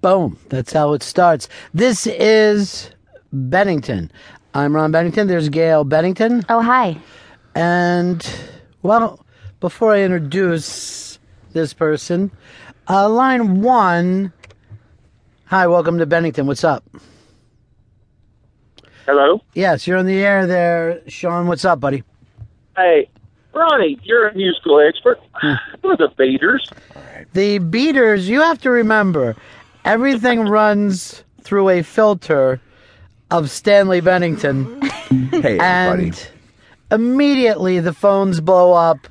Boom. That's how it starts. This is Bennington. I'm Ron Bennington. There's Gail Bennington. Oh, hi. And, well, before I introduce this person, uh, line one. Hi, welcome to Bennington. What's up? Hello. Yes, you're on the air there, Sean. What's up, buddy? Hey, Ronnie, you're a musical expert. Who are the Beaters? The beaters, you have to remember, everything runs through a filter of Stanley Bennington. Hey, everybody. And immediately the phones blow up.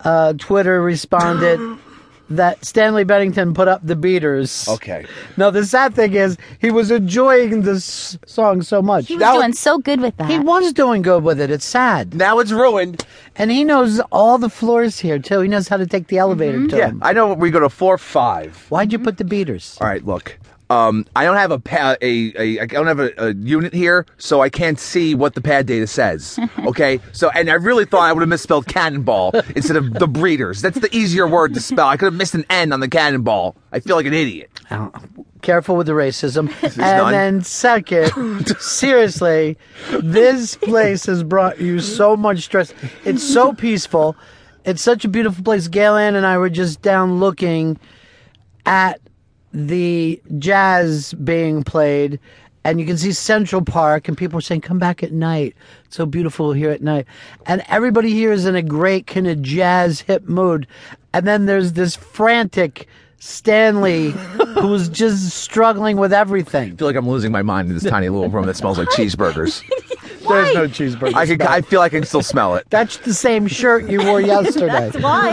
Uh, Twitter responded that Stanley Bennington put up the beaters. Okay. Now, the sad thing is, he was enjoying this song so much. He was That was- doing so good with that. He was doing good with it. It's sad. Now it's ruined. And he knows all the floors here, too. He knows how to take the elevator to Mm-hmm. Yeah, Mm-hmm. him. I know we go to four five. Why'd you put the beaters? All right, look. Um, I don't have a pa- a, a I don't have a, a unit here, so I can't see what the pad data says. Okay, so and I really thought I would have misspelled cannonball instead of the breeders. That's the easier word to spell. I could have missed an N on the cannonball. I feel like an idiot. Now, careful with the racism. and none. then, second, seriously, this place has brought you so much stress. It's so peaceful. It's such a beautiful place. Galen and I were just down looking at the jazz being played, and you can see Central Park, and people are saying, "Come back at night. It's so beautiful here at night." And everybody here is in a great kind of jazz hip mood, and then there's this frantic Stanley who's just struggling with everything. I feel like I'm losing my mind in this tiny little room that smells like cheeseburgers. There's no cheeseburger. I could, I feel I can still smell it. That's the same shirt you wore yesterday. That's why.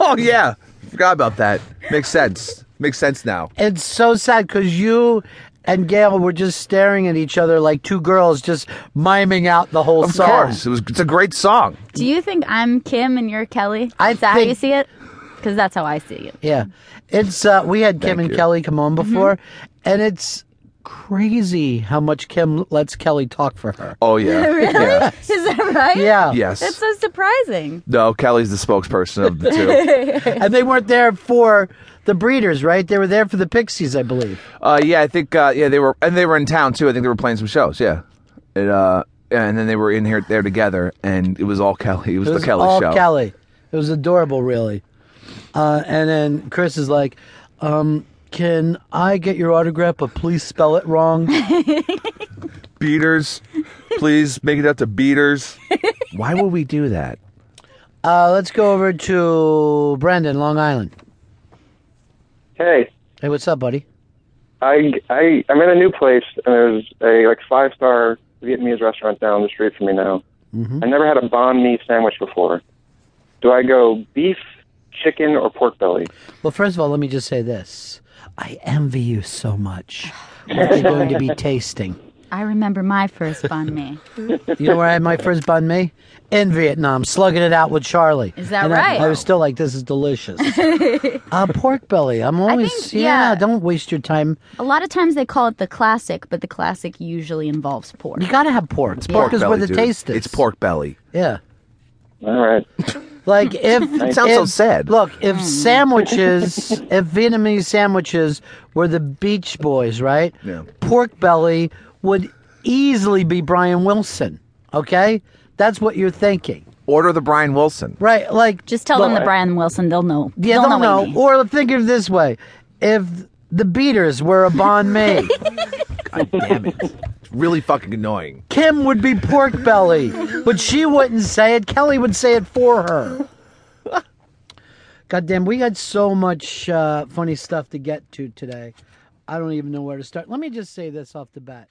Oh yeah, forgot about that. Makes sense. Makes sense now. It's so sad because you and Gail were just staring at each other like two girls, just miming out the whole Of song. course, it was. It's a great song. Do you think I'm Kim and you're Kelly? I Is that how think- you see it? Because that's how I see it. Yeah. It's uh we had Kim Mm-hmm. Thank and you. Mm-hmm. Kelly come on before and it's crazy how much Kim lets Kelly talk for her. Oh yeah. Really? Yeah. Is that right? Yeah. Yes. That's so surprising. No, Kelly's the spokesperson of the two. And they weren't there for the breeders, right? They were there for the Pixies, I believe. uh, yeah, I think uh, yeah they were and they were in town too. I think they were playing some shows. Yeah, it, uh, and then they were in here there together, and it was all Kelly. It was, It was the Kelly all show. Kelly. It was adorable, really. Uh, and then Chris is like, um, can I get your autograph, but please spell it wrong? Beaters, please make it up to Beaters. Why would we do that? Uh, let's go over to Brendan, Long Island. Hey, Hey, what's up, buddy? I I I'm in a new place and there's a like five star Vietnamese restaurant down the street from me now. I never had a banh mi sandwich before. Do I go beef, chicken, or pork belly? Well, first of all, let me just say this. I envy you so much. What you're going to be tasting. I remember my first banh mi. You know where I had my first bun me? In Vietnam, slugging it out with Charlie. Is that And I- right? I, was still like, this is delicious. uh, pork belly. I'm always, think, yeah, yeah. don't waste your time. A lot of times they call it the classic, but the classic usually involves pork. You got to have pork. pork, Pork is belly, where the dude. taste is. It's pork belly. Yeah. All right. Like if it sounds so sad. Hmm. Look, if sandwiches, if Vietnamese sandwiches were the Beach Boys, right? Yeah. Pork belly would easily be Brian Wilson. Okay, that's what you're thinking, Order the Brian Wilson. right? Like Just tell them the Brian Wilson. They'll know. yeah, they'll don't know. what know. you mean. Or think of it this way: if the Beaters were a Bon May, God damn it! It's really fucking annoying. Kim would be pork belly, but she wouldn't say it. Kelly would say it for her. Goddamn, we got so much uh, funny stuff to get to today. I don't even know where to start. Let me just say this off the bat.